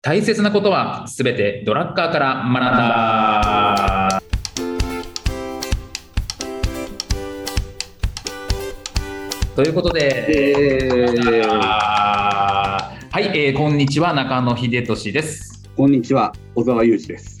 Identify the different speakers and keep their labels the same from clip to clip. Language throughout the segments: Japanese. Speaker 1: 大切なことはすべてドラッカーから学んだ。ということで、はい、えーこんにちは中野秀俊です。
Speaker 2: こんにちは、小沢裕二です。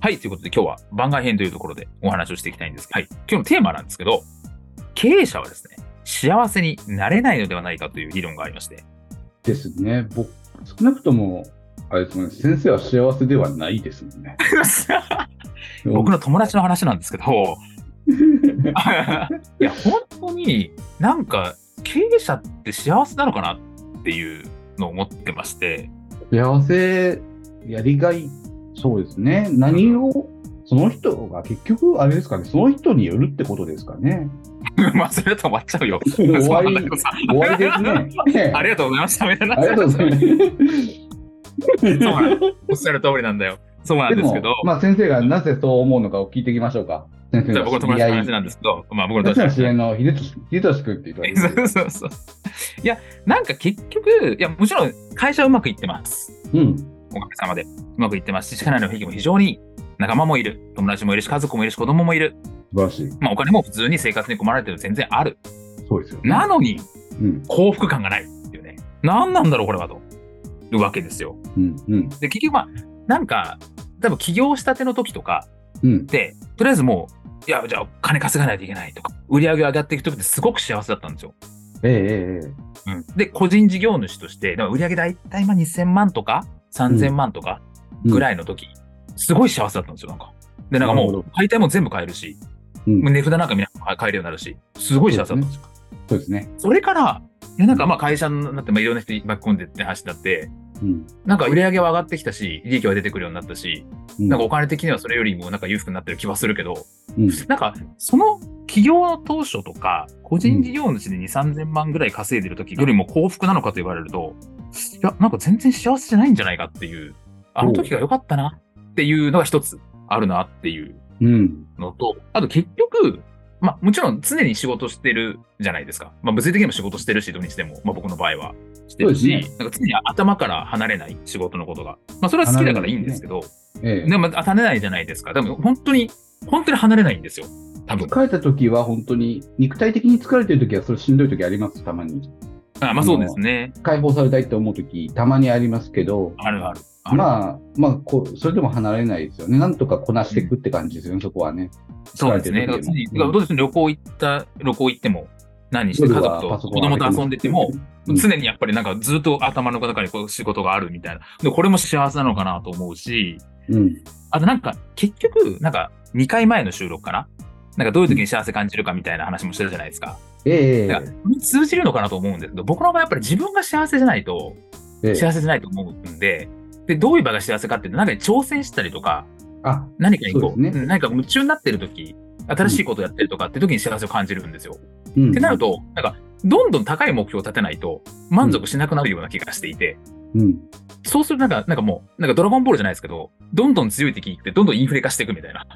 Speaker 1: はい、ということで今日は番外編というところでお話をしていきたいんですが、はい、今日のテーマなんですけど経営者はですね幸せになれないのではないかという理論がありま して
Speaker 3: ですね、僕、少なくとも、あれですもんね、先生は幸せではないですもんね。
Speaker 1: 僕の友達の話なんです けど、いや、本当になんか経営者って幸せなのかなっていうのを思ってまして、
Speaker 3: 幸せ、やりがい、そうですね、何を、その人が結局、あれですかね、その人によるってことですかね。
Speaker 1: まあ、それだと終わっちゃうよ。
Speaker 3: 終わ
Speaker 1: そ
Speaker 3: り
Speaker 1: うなんだけどさ
Speaker 3: 終わりですね。ね
Speaker 1: ありがとうございました、みたいな。
Speaker 3: ありがとうございます。
Speaker 1: そうなんおっしゃる通りなんだよ。そうなん
Speaker 3: で
Speaker 1: です
Speaker 3: も
Speaker 1: けど、、
Speaker 3: まあ、先生がなぜそう思うのかを聞いていきましょうか。先生
Speaker 1: じゃあ
Speaker 3: の
Speaker 1: 僕の友
Speaker 3: 知り
Speaker 1: 達の
Speaker 3: 合
Speaker 1: 話
Speaker 3: い。
Speaker 1: なんですけど、まあ僕の友
Speaker 3: 私
Speaker 1: 達の
Speaker 3: の
Speaker 1: 話
Speaker 3: 知り合いの秀俊秀俊君って言わ れ
Speaker 1: そ
Speaker 3: て
Speaker 1: う
Speaker 3: る。
Speaker 1: そうそう。いや、なんか結局、いや、もちろん会社はうまくいってます。
Speaker 3: うん。
Speaker 1: おかげさまでうまくいってますし、社内の雰囲気も非常にいい仲間もいる、友達もいるし、家族もいるし、子供もいる、
Speaker 3: 素晴らしい。
Speaker 1: まあ、お金も普通に生活に困られてる、全然ある。
Speaker 3: そうですよ、ね。
Speaker 1: なのに、
Speaker 3: うん。
Speaker 1: 幸福感がないっていうね、何なんだろう、これはと、いうわけですよ。
Speaker 3: うん。うん。
Speaker 1: で、結局、まあ、なんか、多分起業したての時とか
Speaker 3: うん
Speaker 1: っ。て、とりあえずもう、いや、じゃあ、金稼がないといけないとか、売り上げ上がっていく時ってすごく幸せだったんですよ。
Speaker 3: ええええええ。
Speaker 1: で、個人事業主として、だから売り上げ大体まあ2000万とか3000万とかぐらいの時、すごい幸せだったんですよ、なんか。で、なんか
Speaker 3: な
Speaker 1: も
Speaker 3: る
Speaker 1: う、解体も全部買えるし、
Speaker 3: うん
Speaker 1: もう値札なんかみんな買えるようになるし、すごい幸せだったんですよ。
Speaker 3: そうですね。
Speaker 1: それから、いやなんかまあ会社になって、まあいろんな人に巻き込んでって話になって、
Speaker 3: うん。
Speaker 1: なんか売り上げは上がってきたし、利益は出てくるようになったし、
Speaker 3: うん
Speaker 1: なんかお金的にはそれよりもなんか裕福になってる気はするけど、
Speaker 3: うん
Speaker 1: なんかその企業の当初とか、個人事業主で2、3000万ぐらい稼いでる時よりも幸福なのかと言われると、いや、なんか全然幸せじゃないんじゃないかっていう、あの時が良かったなっていうのが一つあるなっていう
Speaker 3: うん。
Speaker 1: のと、あと結局、まあもちろん常に仕事してるじゃないですか。まあ物理的にも仕事してるし、土日でも、まあ僕の場合はしてるし、
Speaker 3: そうです
Speaker 1: なんか常に頭から離れない仕事のことが。まあそれは好きだからいいんですけど、
Speaker 3: ええ
Speaker 1: でも離れないじゃないですか。でも本当に、本当に離れないんですよ。多分。
Speaker 3: 疲れた時は本当に、肉体的に疲れてる時は、それしんどい時あります、たまに。
Speaker 1: あまあそうですね。
Speaker 3: 解放されたいって思う時、たまにありますけど、
Speaker 1: あるある。ある
Speaker 3: まあ、まあこう、それでも離れないですよね。なんとかこなしていくって感じですよね、そこはね。
Speaker 1: そうですね。だから
Speaker 3: 疲れて
Speaker 1: 常に
Speaker 3: る
Speaker 1: だ
Speaker 3: 時
Speaker 1: から
Speaker 3: も
Speaker 1: どうです旅行行った、旅行行っても、何して家族
Speaker 3: 夜
Speaker 1: と
Speaker 3: はパソ
Speaker 1: 子
Speaker 3: コン
Speaker 1: 供と遊んでても、
Speaker 3: うん
Speaker 1: 常にやっぱりなんかずっと頭の中にこう仕事があるみたいな。で、これも幸せなのかなと思うし、
Speaker 3: うん。
Speaker 1: あとなんか結局、なんか2回前の収録かななんかどういう時に幸せ感じるかみたいな話もしてたじゃないですか。
Speaker 3: ええ
Speaker 1: だから通じるのかなと思うんですけど、僕の場合やっぱり自分が幸せじゃないと、
Speaker 3: ええ
Speaker 1: 幸せじゃないと思うんで、で、どういう場が幸せかっていうと、なんか挑戦したりとか、
Speaker 3: あ、
Speaker 1: 何かにこう、
Speaker 3: そうですね
Speaker 1: うん何か夢中になってる時、新しいことやってるとかって時に幸せを感じるんですよ。
Speaker 3: うん。
Speaker 1: ってなると、なんか、どんどん高い目標を立てないと満足しなくなるような気がしていて、
Speaker 3: うん。
Speaker 1: そうするとなんか、なんかもう、なんかドラゴンボールじゃないですけど、どんどん強い敵に行って、どんどんインフレ化していくみたいな。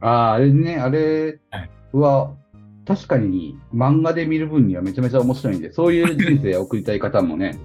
Speaker 3: ああ、あれね、あれ
Speaker 1: はい
Speaker 3: は、確かに漫画で見る分にはめちゃめちゃ面白いんで、そういう人生を送りたい方も ね、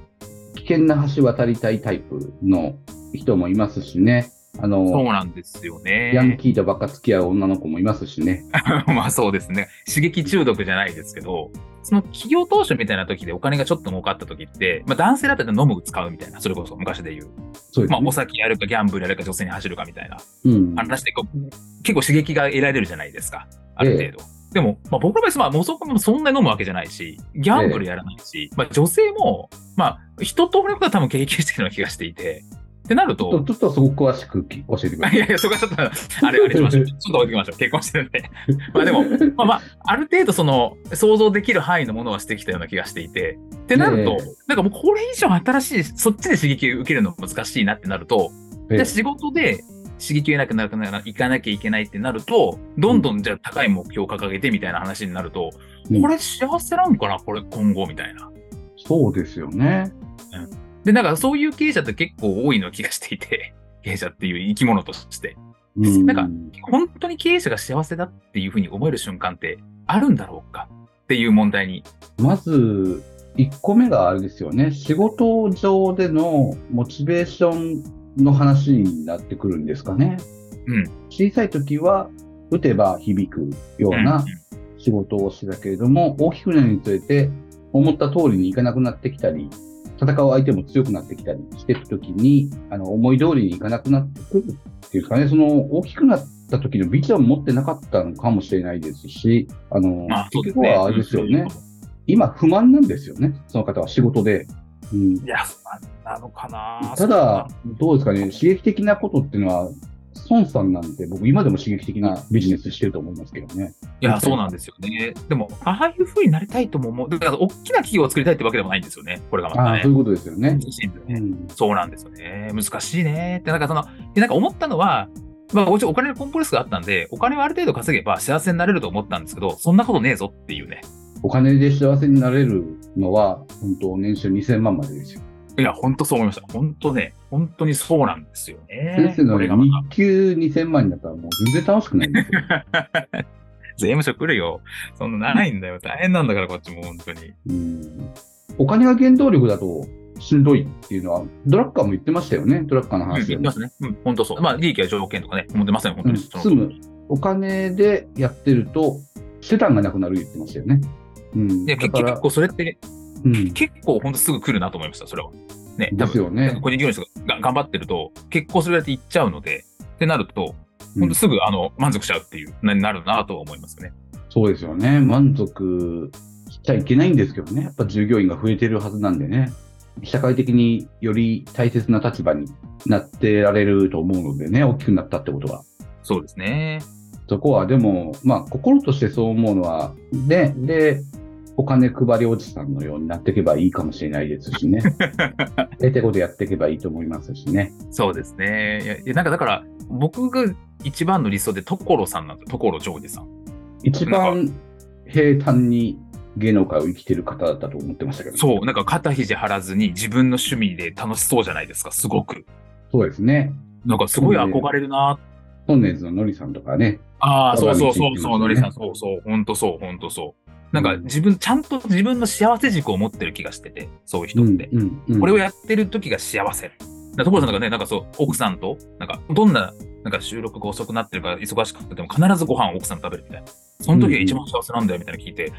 Speaker 3: 危険な橋渡りたいタイプの人もいますしね、あ
Speaker 1: そう
Speaker 3: の、
Speaker 1: なんですよ
Speaker 3: ヤン
Speaker 1: ね。
Speaker 3: キーとばっか付き合う女の子もいますしね。
Speaker 1: まあそうですね。刺激中毒じゃないですけど、その企業当初みたいな時でお金がちょっと儲かった時って、まあ男性だったら飲む、使うみたいな、それこそ昔で言う。
Speaker 3: そうです
Speaker 1: まあ
Speaker 3: ね。
Speaker 1: お酒やるか、ギャンブルやるか、女性に走るかみたいな。
Speaker 3: うん。
Speaker 1: 話でこう結構刺激が得られるじゃないですか、ある程度。でも、まあ、僕の場合、まあ、もうそこもそんなに飲むわけじゃないし、ギャンブルやらないし、まあ、女性も、まあ、人と俺のことは多分経験してるような気がしていて、ってなる
Speaker 3: ちょっ
Speaker 1: と、
Speaker 3: とちょっとすごく詳しく教えてくださ
Speaker 1: い
Speaker 3: い。
Speaker 1: やいや、そこはちょっと、あれ、あれしまし ょう。ちょっと置いてきましょう。結婚してるんで。 まあでも、まあまあ、ある程度、その、想像できる範囲のものはしてきたような気がしていて、ってなると
Speaker 3: ええ、
Speaker 1: なんかもうこれ以上新しい、そっちで刺激を受けるの難しいなってなると、
Speaker 3: ええ
Speaker 1: じゃあ仕事で刺激を得なくならいかなきゃいけないってなると、どんどんじゃあ高い目標を掲げてみたいな話になると、
Speaker 3: うん
Speaker 1: これ幸せなんかな、これ今後みたいな。
Speaker 3: そうですよね。
Speaker 1: で、なんかそういう経営者って結構多いの気がしていて、 経営者っていう生き物として、
Speaker 3: う
Speaker 1: なん本当に経営者が幸せだっていうふうに思える瞬間ってあるんだろうかっていう問題に。
Speaker 3: まず、1個目があれですよね。仕事上でのモチベーションの話になってくるんですかね。
Speaker 1: うん。
Speaker 3: 小さい時は、打てば響くような仕事をしてたけれども、大きくなるにつれて、思った通りにいかなくなってきたり、戦う相手も強くなってきたりしていくときに、あの、思い通りにいかなくなってくるっていうかね、その、大きくなった時のビジョン持ってなかったのかもしれないですし、あの、
Speaker 1: まあそうです
Speaker 3: 結局
Speaker 1: ね。
Speaker 3: はあれですよ
Speaker 1: うん
Speaker 3: ね。今、不満なんですよね、その方は仕事で。うん、
Speaker 1: いや、そうなのかな
Speaker 3: ただ、、どうですかね、刺激的なことっていうのは、孫さんなんて、僕、今でも刺激的なビジネスしてると思いますけどね。
Speaker 1: いや、そうなんですよね。でも、ああいうふうになりたいとも思う。だから、大きな企業を作りたいってわけでもないんですよね。これがまた
Speaker 3: ああ
Speaker 1: ね
Speaker 3: そう。いうことですよね。
Speaker 1: 難しいんだよ
Speaker 3: う
Speaker 1: ね
Speaker 3: ん、
Speaker 1: そうなんですよね。難しいね。って、なんかその、でなんか思ったのは、まあ、もちろんお金のコンプレックスがあったんで、お金はある程度稼げば幸せになれると思ったんですけど、そんなことねえぞっていうね。
Speaker 3: お金で幸せになれるのは、本当、年収2000万までですよ。
Speaker 1: いや、ほんとそう思いました。ほんとね、ほんとにそうなんですよね。
Speaker 3: 先生の
Speaker 1: こ
Speaker 3: ね
Speaker 1: れがまた
Speaker 3: 日給2000万になったら、もう全然楽しくない んですよ。
Speaker 1: 税務署来るよ。そんなないんだよ。大変なんだから、こっちも本当に。
Speaker 3: うん、お金が原動力だと、しんどいっていうのは、ドラッカーも言ってましたよね、ドラッカーの
Speaker 1: うん、
Speaker 3: 話で
Speaker 1: 言っ
Speaker 3: も
Speaker 1: てますね。うん、本当そう。まあ、利益は条件とかね、思ってません、本当
Speaker 3: うん
Speaker 1: に。その
Speaker 3: 住むお金でやってると手段がなくなる言ってましたよね。うん、
Speaker 1: で
Speaker 3: だ
Speaker 1: 結
Speaker 3: か
Speaker 1: 局、
Speaker 3: ら
Speaker 1: 結構それって、
Speaker 3: うん、
Speaker 1: 結構本当すぐ来るなと思いました、それは。ね、多
Speaker 3: です
Speaker 1: 分、
Speaker 3: よ
Speaker 1: なん
Speaker 3: ね
Speaker 1: か。個人業主が頑張ってると、結構それだけいっちゃうので、ってなると、
Speaker 3: うん
Speaker 1: 本当すぐ、あの満足しちゃうっていう、ななるなとは思いますよね。
Speaker 3: そうですよね。満足しちゃいけないんですけどね。やっぱ従業員が増えてるはずなんでね。社会的により大切な立場になってられると思うのでね、大きくなったってことは。
Speaker 1: そうですね。
Speaker 3: そこはでも、まあ、心としてそう思うのは、ね、で、お金配りおじさんのようになっていけばいいかもしれないです しね。えてことやっていけばいいと思いますしね。
Speaker 1: そうですね。いやいや、なんかだから、僕が一番の理想で所さんなんですよ。所ジョージさん。
Speaker 3: 一番平坦に芸能界を生きてる方だったと思ってましたけど、う。
Speaker 1: そう、なんか肩肘張らずに自分の趣味で楽しそうじゃないですか、すごく。
Speaker 3: そうですね。
Speaker 1: なんかすごい憧れるな
Speaker 3: トンネルズののりさんとかね。
Speaker 1: ああ、そうそう
Speaker 3: 我
Speaker 1: そ
Speaker 3: が道行
Speaker 1: う
Speaker 3: き
Speaker 1: そう、
Speaker 3: ま
Speaker 1: の
Speaker 3: すね
Speaker 1: りさん、そうそう、ほんとそう、ほんとそう。なんか自分、ちゃんと自分の幸せ軸を持ってる気がしてて、そういう人って。
Speaker 3: うんうん
Speaker 1: これを
Speaker 3: っ
Speaker 1: やってる時が幸せ。だから所さんなんかね、なんかそう、奥さんと、なんか、どんな、なんか収録が遅くなってるから忙しくても必ずご飯を奥さんと食べるみたいな。その時が一番幸せなんだよみたいなの聞いて、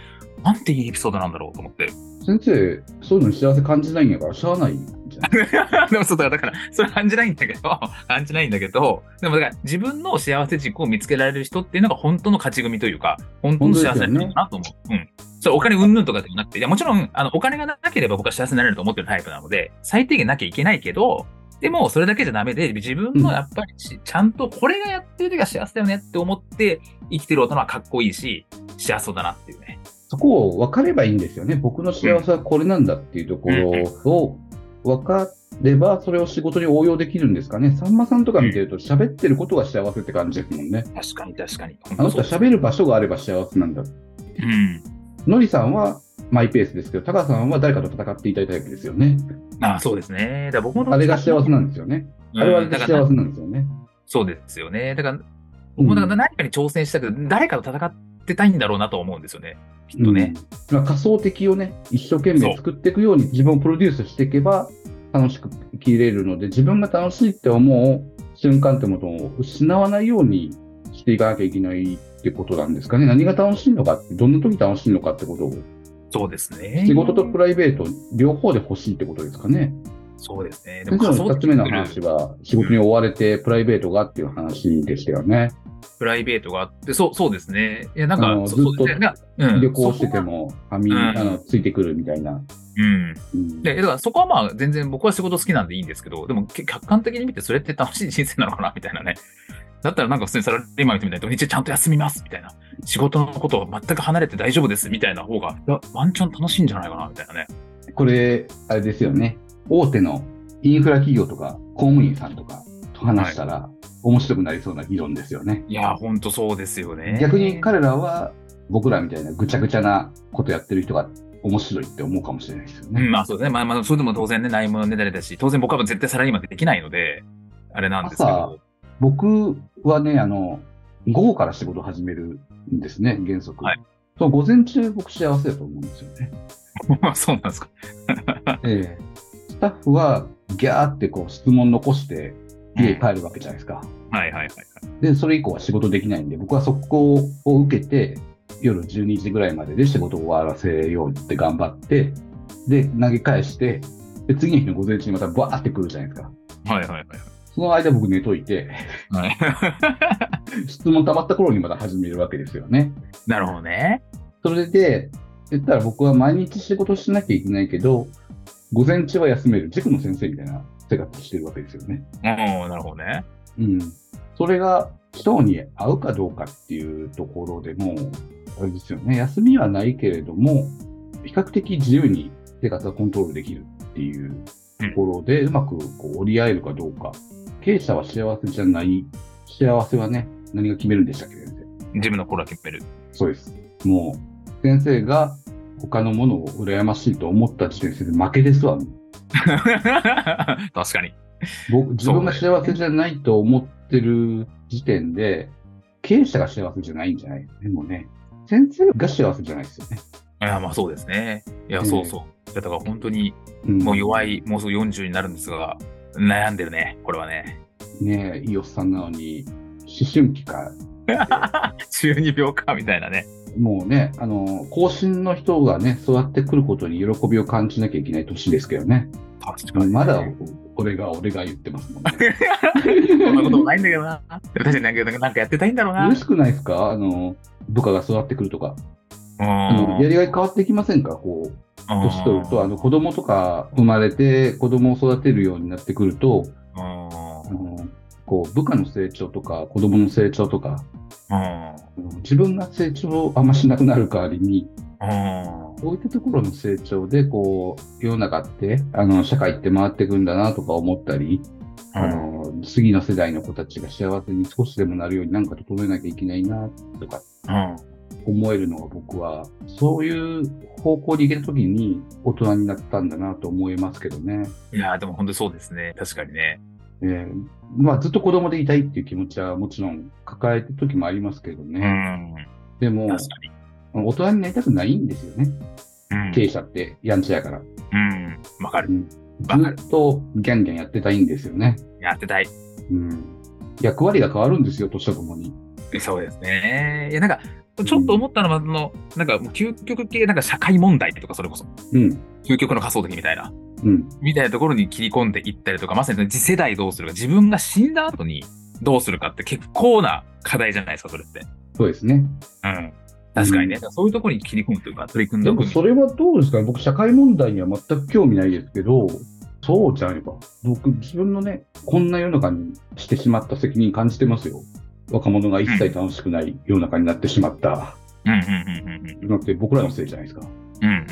Speaker 1: なんていいエピソードなんだろうと思って。
Speaker 3: 先生、そういうの幸せ感じないんやから、しゃあないんじゃない
Speaker 1: でもそうだから、だから、それ感じないんだけど、感じないんだけど、でもだから、自分の幸せ軸を見つけられる人っていうのが本当の勝ち組というか、本当の幸せな人だなと思う。うん。それお金うんぬんとかでもなくて、いや、もちろん、あの、お金がなければ僕は幸せになれると思ってるタイプなので、最低限なきゃいけないけど、でも、それだけじゃダメで、自分のやっぱりし、ちゃんとこれがやってる時が幸せだよねって思って生きてる大人はかっこいいし、幸せそうだなっていうね。
Speaker 3: そこを分かればいいんですよね。僕の幸せはこれなんだっていうところを分かれば、それを仕事に応用できるんですかね。さんまさんとか見てると、喋ってることが幸せって感じですもんね。
Speaker 1: 確かに確かに。
Speaker 3: あの人は喋る場所があれば幸せなんだ。
Speaker 1: うん。
Speaker 3: のりさんはマイペースですけど、タカさんは誰かと戦っていたいタイプですよね。
Speaker 1: あそうですね。だから僕も
Speaker 3: あれが幸せなんですよね。あれは幸せなんですよね。
Speaker 1: そうですよね。だから、
Speaker 3: うん
Speaker 1: もうだから何かに挑戦したくて、誰かと戦ってたいんだろうなと思うんですよね。きっとね。
Speaker 3: うん。まあ、仮想的をね、一生懸命作っていくように自分をプロデュースしていけば楽しく生きれるので、自分が楽しいって思う瞬間ってものを失わないようにしていかなきゃいけないってことなんですかね。何が楽しいのかって、どんな時楽しいのかってことを、
Speaker 1: そうですね。
Speaker 3: 仕事とプライベート両方で欲しいってことですかね。
Speaker 1: そうですね。
Speaker 3: 先生の2つ目の
Speaker 1: 仮想
Speaker 3: 話は、仕事に追われてプライベートがっていう話でしたよね。
Speaker 1: プライベートがあって、そうそうですね。いや、なん
Speaker 3: あ
Speaker 1: か
Speaker 3: の、
Speaker 1: そうそう
Speaker 3: ずっと
Speaker 1: ですねなんかうん
Speaker 3: 旅行してて
Speaker 1: そこは
Speaker 3: も、はみ、
Speaker 1: うん
Speaker 3: あのついてくるみたいな。
Speaker 1: うん。
Speaker 3: うん
Speaker 1: で、だからそこはまあ、全然僕は仕事好きなんでいいんですけど、でもけ客観的に見て、それって楽しい人生なのかなみたいなね。だったらなんか普通にサラリーマンみたいに土日ちゃんと休みますみたいな。仕事のことを全く離れて大丈夫ですみたいな方が、いやワンチャン楽しいんじゃないかなみたいなね。
Speaker 3: これ、あれですよね。大手のインフラ企業とか、公務員さんとか、と話したら、面白くなりそうな議論ですよね。
Speaker 1: いや、本当そうですよね。
Speaker 3: 逆に彼らは、僕らみたいなぐちゃぐちゃなことやってる人が面白いって思うかもしれないですよ
Speaker 1: う
Speaker 3: ね。
Speaker 1: ん、まあそうですね。まあまあ、それでも当然ね、内務のねだれだし、当然僕は絶対サラリーマンってできないので、あれなんですけど。
Speaker 3: 僕はね、あの、午後から仕事を始めるんですね、原則。
Speaker 1: はい
Speaker 3: その午前中、僕幸せだと思うんですよね。
Speaker 1: まあそうなんですか。
Speaker 3: ええスタッフは、ギャーってこう質問残して、家に帰るわけじゃないですか。
Speaker 1: はいはいはいはい。
Speaker 3: で、それ以降は仕事できないんで、僕は速攻を受けて、夜12時ぐらいまでで仕事を終わらせようって頑張って、で、投げ返して、で、次の日の午前中にまたバーって来るじゃないですか。
Speaker 1: はいはいはい
Speaker 3: その間僕寝といて、
Speaker 1: はい。 はい、
Speaker 3: 質問溜まった頃にまた始めるわけですよね。
Speaker 1: なるほどね。
Speaker 3: それで、言ったら僕は毎日仕事しなきゃいけないけど、午前中は休める塾の先生みたいな生活してるわけですよね。
Speaker 1: うん、なるほどね。
Speaker 3: うん。それが人に合うかどうかっていうところでも、あれですよね。休みはないけれども、比較的自由に生活がコントロールできるっていうところで、うまくこう折り合えるかどうか。経営者は幸せじゃない。幸せはね、何が決めるんでしたっけ、先生。
Speaker 1: 自分の心は決める。
Speaker 3: そうです。もう、先生が他のものを羨ましいと思った時点で負けですわ。
Speaker 1: 確かに。
Speaker 3: 僕、自分が幸せじゃないと思ってる時点で、経営者が幸せじゃないんじゃないでもね、先生が幸せじゃないですよね。
Speaker 1: いや、まあそうですね。いや、
Speaker 3: うん
Speaker 1: そうそう。いやだから本当に、
Speaker 3: うん、
Speaker 1: もう弱い、もうすぐ40になるんですが、悩んでるね、これはね。
Speaker 3: ねえ、いいおっさんなのに、思春期か、
Speaker 1: 12秒か、みたいなね。
Speaker 3: もうね、あの、後進の人がね、育ってくることに喜びを感じなきゃいけない年ですけどね。
Speaker 1: 確かに。
Speaker 3: まだ、俺が、俺が言ってますもんね。
Speaker 1: そんなこともないんだけどな。でも確かになんかなんかやってたいんだろうな。
Speaker 3: 嬉しくないですかあの、部下が育ってくるとか。あの
Speaker 1: う
Speaker 3: やりがい変わってきませんかこう、
Speaker 1: ん
Speaker 3: 年取ると、あの、子供とか生まれて、子供を育てるようになってくると、
Speaker 1: うん
Speaker 3: あの、こう、部下の成長とか、子供の成長とか、
Speaker 1: うん
Speaker 3: あの自分が成長をあんましなくなる代わりに、
Speaker 1: うん
Speaker 3: こういったところの成長で、こう、世の中って、あの、社会って回ってくんだなとか思ったり、あの、次の世代の子たちが幸せに少しでもなるようになんか整えなきゃいけないなとか、
Speaker 1: うん
Speaker 3: 思えるのが僕は、そういう方向に行けた時に大人になったんだなと思いますけどね。
Speaker 1: いやーでも本当そうですね。確かにね。
Speaker 3: えーまあずっと子供でいたいっていう気持ちはもちろん抱えてる時もありますけど
Speaker 1: う
Speaker 3: ね。
Speaker 1: ん。
Speaker 3: でも、
Speaker 1: 確かに。
Speaker 3: 大人になりたくないんですよね。
Speaker 1: うん
Speaker 3: 経営者ってやんちゃやから。
Speaker 1: うん。わかる。わかる
Speaker 3: ずっとギャンギャンやってたいんですよね。
Speaker 1: やってたい。
Speaker 3: うん。役割が変わるんですよ、年とともに。
Speaker 1: そうですね。いや、なんか、ちょっと思ったのは、その、なんか、究極系、なんか社会問題とか、それこそ、
Speaker 3: うん。
Speaker 1: 究極の仮想的みたいな、
Speaker 3: うん。
Speaker 1: みたいなところに切り込んでいったりとか、まさにその次世代どうするか、自分が死んだ後にどうするかって結構な課題じゃないですか、それって。
Speaker 3: そうですね。
Speaker 1: うん。確かにね。だからそういうところに切り込むというか、取り組んで
Speaker 3: で
Speaker 1: お
Speaker 3: も
Speaker 1: く。
Speaker 3: それはどうですかね、僕、社会問題には全く興味ないですけど、そうじゃないか、僕、自分のね、こんな世の中にしてしまった責任感じてますよ。若者が一切楽しくない世の中になってしまった
Speaker 1: うんうんうんうんうん。
Speaker 3: のって僕らのせいじゃないですか。
Speaker 1: うんうんうんう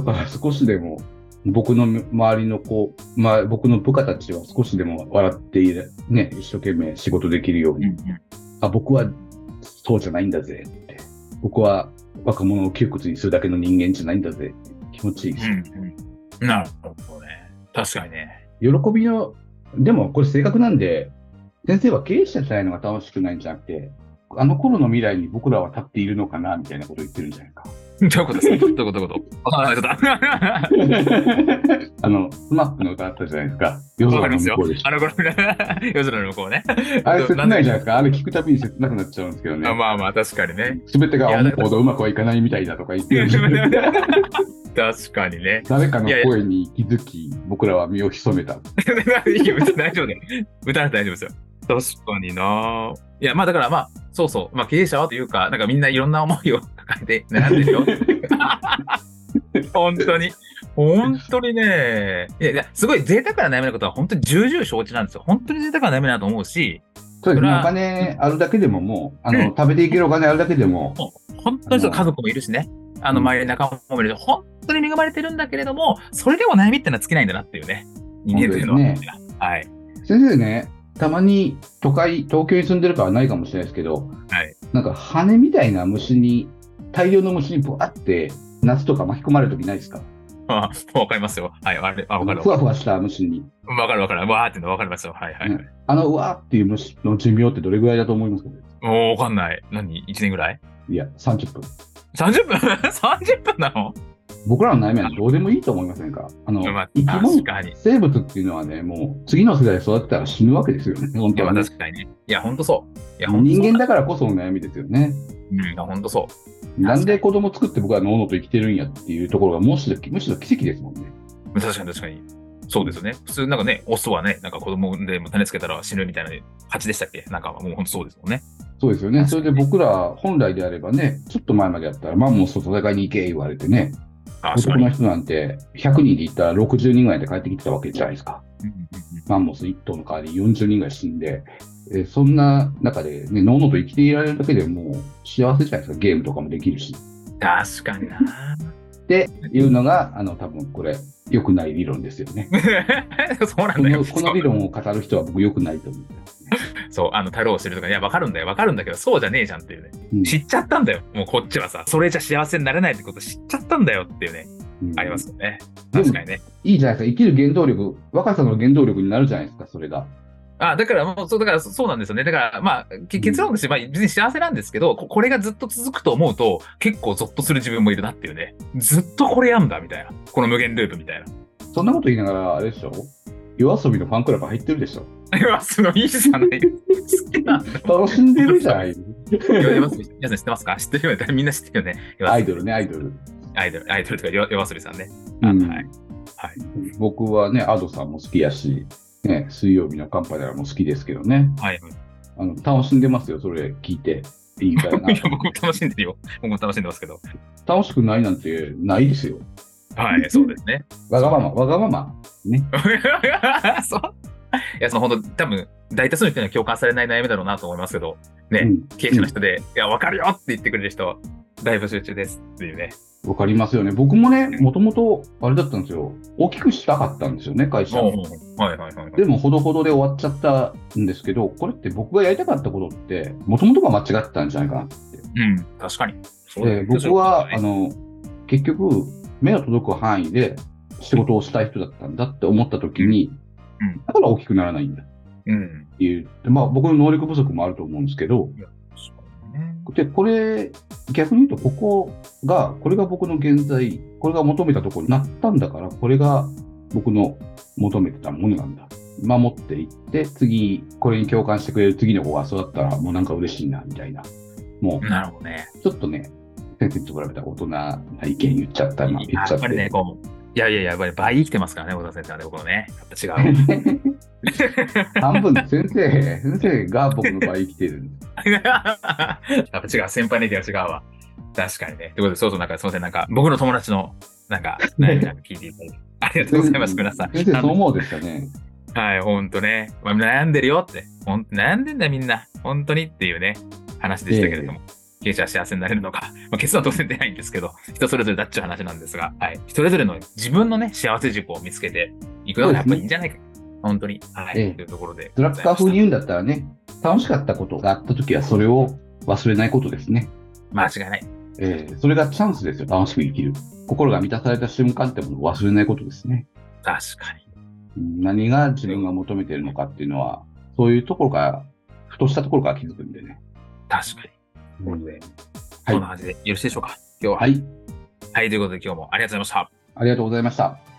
Speaker 1: ん。
Speaker 3: だから少しでも、僕の周りの子、まあ、僕の部下たちは少しでも笑っている、ね、一生懸命仕事できるよう
Speaker 1: う
Speaker 3: に、
Speaker 1: んうん
Speaker 3: あ、僕はそうじゃないんだぜって、僕は若者を窮屈にするだけの人間じゃないんだぜって気持ちいいです。
Speaker 1: うんうんなるほどね。確かにね。
Speaker 3: 喜びの、でもこれ正確なんで、先生は経営者じゃないのが楽しくないんじゃなくて、あの頃の未来に僕らは立っているのかなみたいなことを言ってるんじゃないか。
Speaker 1: どういうことですかどういうことどういうことわかんないちょっと
Speaker 3: あの、スマップの歌あったじゃないですか。夜
Speaker 1: わか
Speaker 3: 空
Speaker 1: ります
Speaker 3: の向
Speaker 1: よ
Speaker 3: こうで。し
Speaker 1: あの頃ね、夜空の向こうね。
Speaker 3: あれ切ないじゃない
Speaker 1: ん
Speaker 3: ですか。あれ聞くたびに切なくなっちゃうんですけどね
Speaker 1: あ。まあまあ、確かにね。
Speaker 3: すべてが
Speaker 1: いやだ
Speaker 3: 思う
Speaker 1: から
Speaker 3: ほどうまくはいかないみたいだとか言ってるじゃないですか。
Speaker 1: 確かにね
Speaker 3: 誰かの声に気づき、僕らは身を潜めた。
Speaker 1: いいよ、別に大丈夫だよ。歌は大丈夫ですよ。確かにな。いや、まあだからまあ、そうそう。まあ経営者はというか、なんかみんないろんな思いを抱えて悩んでるよ。本当に。本当にね。いやいや、すごい贅沢な悩みのことは本当に重々承知なんですよ。本当に贅沢な悩みだと思うし、
Speaker 3: そ
Speaker 1: そ
Speaker 3: うです
Speaker 1: れ
Speaker 3: ね。
Speaker 1: は
Speaker 3: お金あるだけでももう、あの、食べていけるお金あるだけでも、
Speaker 1: 本当にそう家族もいるしね、あの
Speaker 3: うん
Speaker 1: 周りの仲間もいるし、本当に恵まれてるんだけれども、それでも悩みってのは尽きないんだなっていうね、人間というのは。
Speaker 3: 本当で
Speaker 1: はい。
Speaker 3: 先生ね、たまに都会、東京に住んでるからないかもしれないですけど、
Speaker 1: はい
Speaker 3: なんか羽みたいな虫に、大量の虫にぶわって、夏とか巻き込まれるときないですか
Speaker 1: あわかりますよ。はい、あれ、あ、わかる
Speaker 3: ふ。わふわした虫に。
Speaker 1: わかるわかる。わーってのわかりますよ。はいはい。はい
Speaker 3: あのうわーっていう虫の寿命ってどれぐらいだと思いますかね
Speaker 1: もうわかんない。何 ?1 年ぐらい
Speaker 3: いや、30分。
Speaker 1: ?30 分 ?30 分なの
Speaker 3: 僕らの悩みはどうでもいいと思いませんかあの、
Speaker 1: まあ
Speaker 3: 生き物
Speaker 1: 確かに、
Speaker 3: 生物っていうのはね、もう次の世代育てたら死ぬわけですよね、本
Speaker 1: いや、ま
Speaker 3: 当は
Speaker 1: あ
Speaker 3: ね。
Speaker 1: 確かにね。いや、ほんとそう。いや、ほんとそう
Speaker 3: 人間だからこその悩みですよね。
Speaker 1: うんいや、ほんとそう。
Speaker 3: なんで子供作って僕はのうのうと生きてるんやっていうところがむしろむしろ奇跡ですもんね。
Speaker 1: 確かに確かに。そうですよね。普通なんかね、オスはね、なんか子供産んでもう種つけたら死ぬみたいな蜂でしたっけなんかもうほんとそうですもんね。
Speaker 3: そうですよね。それで僕ら本来であればね、ちょっと前までやったらマンモスと戦いに行け言われてね、
Speaker 1: あ、確か
Speaker 3: 男
Speaker 1: に。
Speaker 3: の人なんて100人で行ったら60人ぐらいで帰ってきてたわけじゃないですか。
Speaker 1: うんうんうん
Speaker 3: マンモス1頭の代わりに40人ぐらい死んで、えーそんな中でね、のうのうと生きていられるだけでもう幸せじゃないですか。ゲームとかもできるし。
Speaker 1: 確かにな。
Speaker 3: っていうのが、あの、多分これ、良くない理論ですよね。
Speaker 1: そうな
Speaker 3: こ
Speaker 1: んだよ。
Speaker 3: のこの理論を語る人は僕良くないと思う。
Speaker 1: そう、あの、太郎を知るとか、いや、わかるんだよ、わかるんだけど、そうじゃねえじゃんっていうね。
Speaker 3: うん
Speaker 1: 知っちゃったんだよ。もうこっちはさ、それじゃ幸せになれないってこと知っちゃったんだよっていうね、
Speaker 3: うん
Speaker 1: ありますよね。
Speaker 3: でも
Speaker 1: 確かにね。
Speaker 3: いいじゃないですか。生きる原動力、若さの原動力になるじゃないですか、それが。
Speaker 1: あ、だからもう、そう、だからそそうなんですよね。だから、まあ、け結論として、まあ、別に幸せなんですけど、ここれがずっと続くと思うと、結構ゾッとする自分もいるなっていうね。ずっとこれやんだ、みたいな。この無限ループみたいな。
Speaker 3: そんなこと言いながら、あれでしょ夜遊びのファンクラブ入ってるでしょ
Speaker 1: いや、すごいいいじゃない。好きなんだ。
Speaker 3: 楽しんでるじゃない
Speaker 1: いやます皆さん知ってますか知ってるよね。みんな知ってるよね。
Speaker 3: アイドルね、アイドル。
Speaker 1: アイドル、アイドルとか、よ夜遊びさんね。
Speaker 3: う
Speaker 1: あ
Speaker 3: ん
Speaker 1: はい。はい。
Speaker 3: 僕はね、アドさんも好きやし、ね、水曜日のカンパネラも好きですけどね。
Speaker 1: はい。
Speaker 3: あの楽しんでますよ、それ聞いて。いいかい
Speaker 1: い
Speaker 3: な
Speaker 1: や。僕も楽しんでるよ。僕も楽しんでますけど。
Speaker 3: 楽しくないなんてないですよ。
Speaker 1: はい、そうですね。
Speaker 3: わがまま、わがまま。ね。
Speaker 1: そう。いや、その本当、多分大多数の人には共感されない悩みだろうなと思いますけど、ね、
Speaker 3: うん
Speaker 1: 経営者の人で、いや、わかるよって言ってくれる人、大募集中ですっていうね。
Speaker 3: わかりますよね。僕もね、もともとあれだったんですよ。大きくしたかったんですよね、会社。
Speaker 1: はいはいはいはい。
Speaker 3: でも、ほどほどで終わっちゃったんですけど、これって僕がやりたかったことって、もともとが間違ってたんじゃないかなって。
Speaker 1: うん、確かに。そう
Speaker 3: で
Speaker 1: です
Speaker 3: 僕は、あ
Speaker 1: ね
Speaker 3: の、結局、目の届く範囲で仕事をしたい人だったんだって思った時に、
Speaker 1: うんうん
Speaker 3: だから大きくならないんだっ
Speaker 1: うん。
Speaker 3: ていう。でまあ、僕の能力不足もあると思うんですけど、で、これ、逆に言うと、ここが、これが僕の現在、これが求めたところになったんだから、これが僕の求めてたものなんだ。守っていって、次、これに共感してくれる次の子が育ったら、もうなんか嬉しいな、みたいな。もう、
Speaker 1: なるほどね。
Speaker 3: ちょっとね、先生と比べたら大人な意見言っちゃった、今言っち
Speaker 1: や
Speaker 3: ゃ
Speaker 1: っ
Speaker 3: っ
Speaker 1: ぱ
Speaker 3: て。
Speaker 1: りね、こう、いやいやいや、やっぱり倍生きてますからね、小田先生はね、僕はね。やっ ぱ違う。
Speaker 3: 半分、先生、先生が僕の場合生きてるんで
Speaker 1: やっぱ違う、先輩の意見は違うわ。確かにね。ということで、そうそう、なんか、すみません、なんか、僕の友達の、なんか、悩みなんか聞いていただいて。ありがとうございます、皆さん。
Speaker 3: す。先生、
Speaker 1: あ
Speaker 3: そう
Speaker 1: の
Speaker 3: 思うでしたね。
Speaker 1: はい、ほんとね。まあ、悩んでるよって。ほん悩んでんだ、みんな。本当にっていうね、話でしたけれども。経営者は幸せになれるのか。まあ、結論は当然出ないんですけど、人それぞれだっちゅう話なんですが、はい。人それぞれの自分のね、幸せ軸を見つけていくのがやっぱりいいんじゃないか。本当に。はい。
Speaker 3: ええ
Speaker 1: というところで。
Speaker 3: ドラッカー風に言うんだったらね、楽しかったことがあったときはそれを忘れないことですね。
Speaker 1: 間違いない。
Speaker 3: えーそれがチャンスですよ、楽しく生きる。心が満たされた瞬間ってものを忘れないことですね。
Speaker 1: 確かに。
Speaker 3: うん何が自分が求めているのかっていうのは、そういうところから、ふとしたところから気づくんでね。
Speaker 1: 確かに。ということで、
Speaker 3: はい
Speaker 1: こんな感じでよろしいでしょうか。今日は。
Speaker 3: はい、
Speaker 1: はい、ということで今日もありがとうございました。
Speaker 3: ありがとうございました。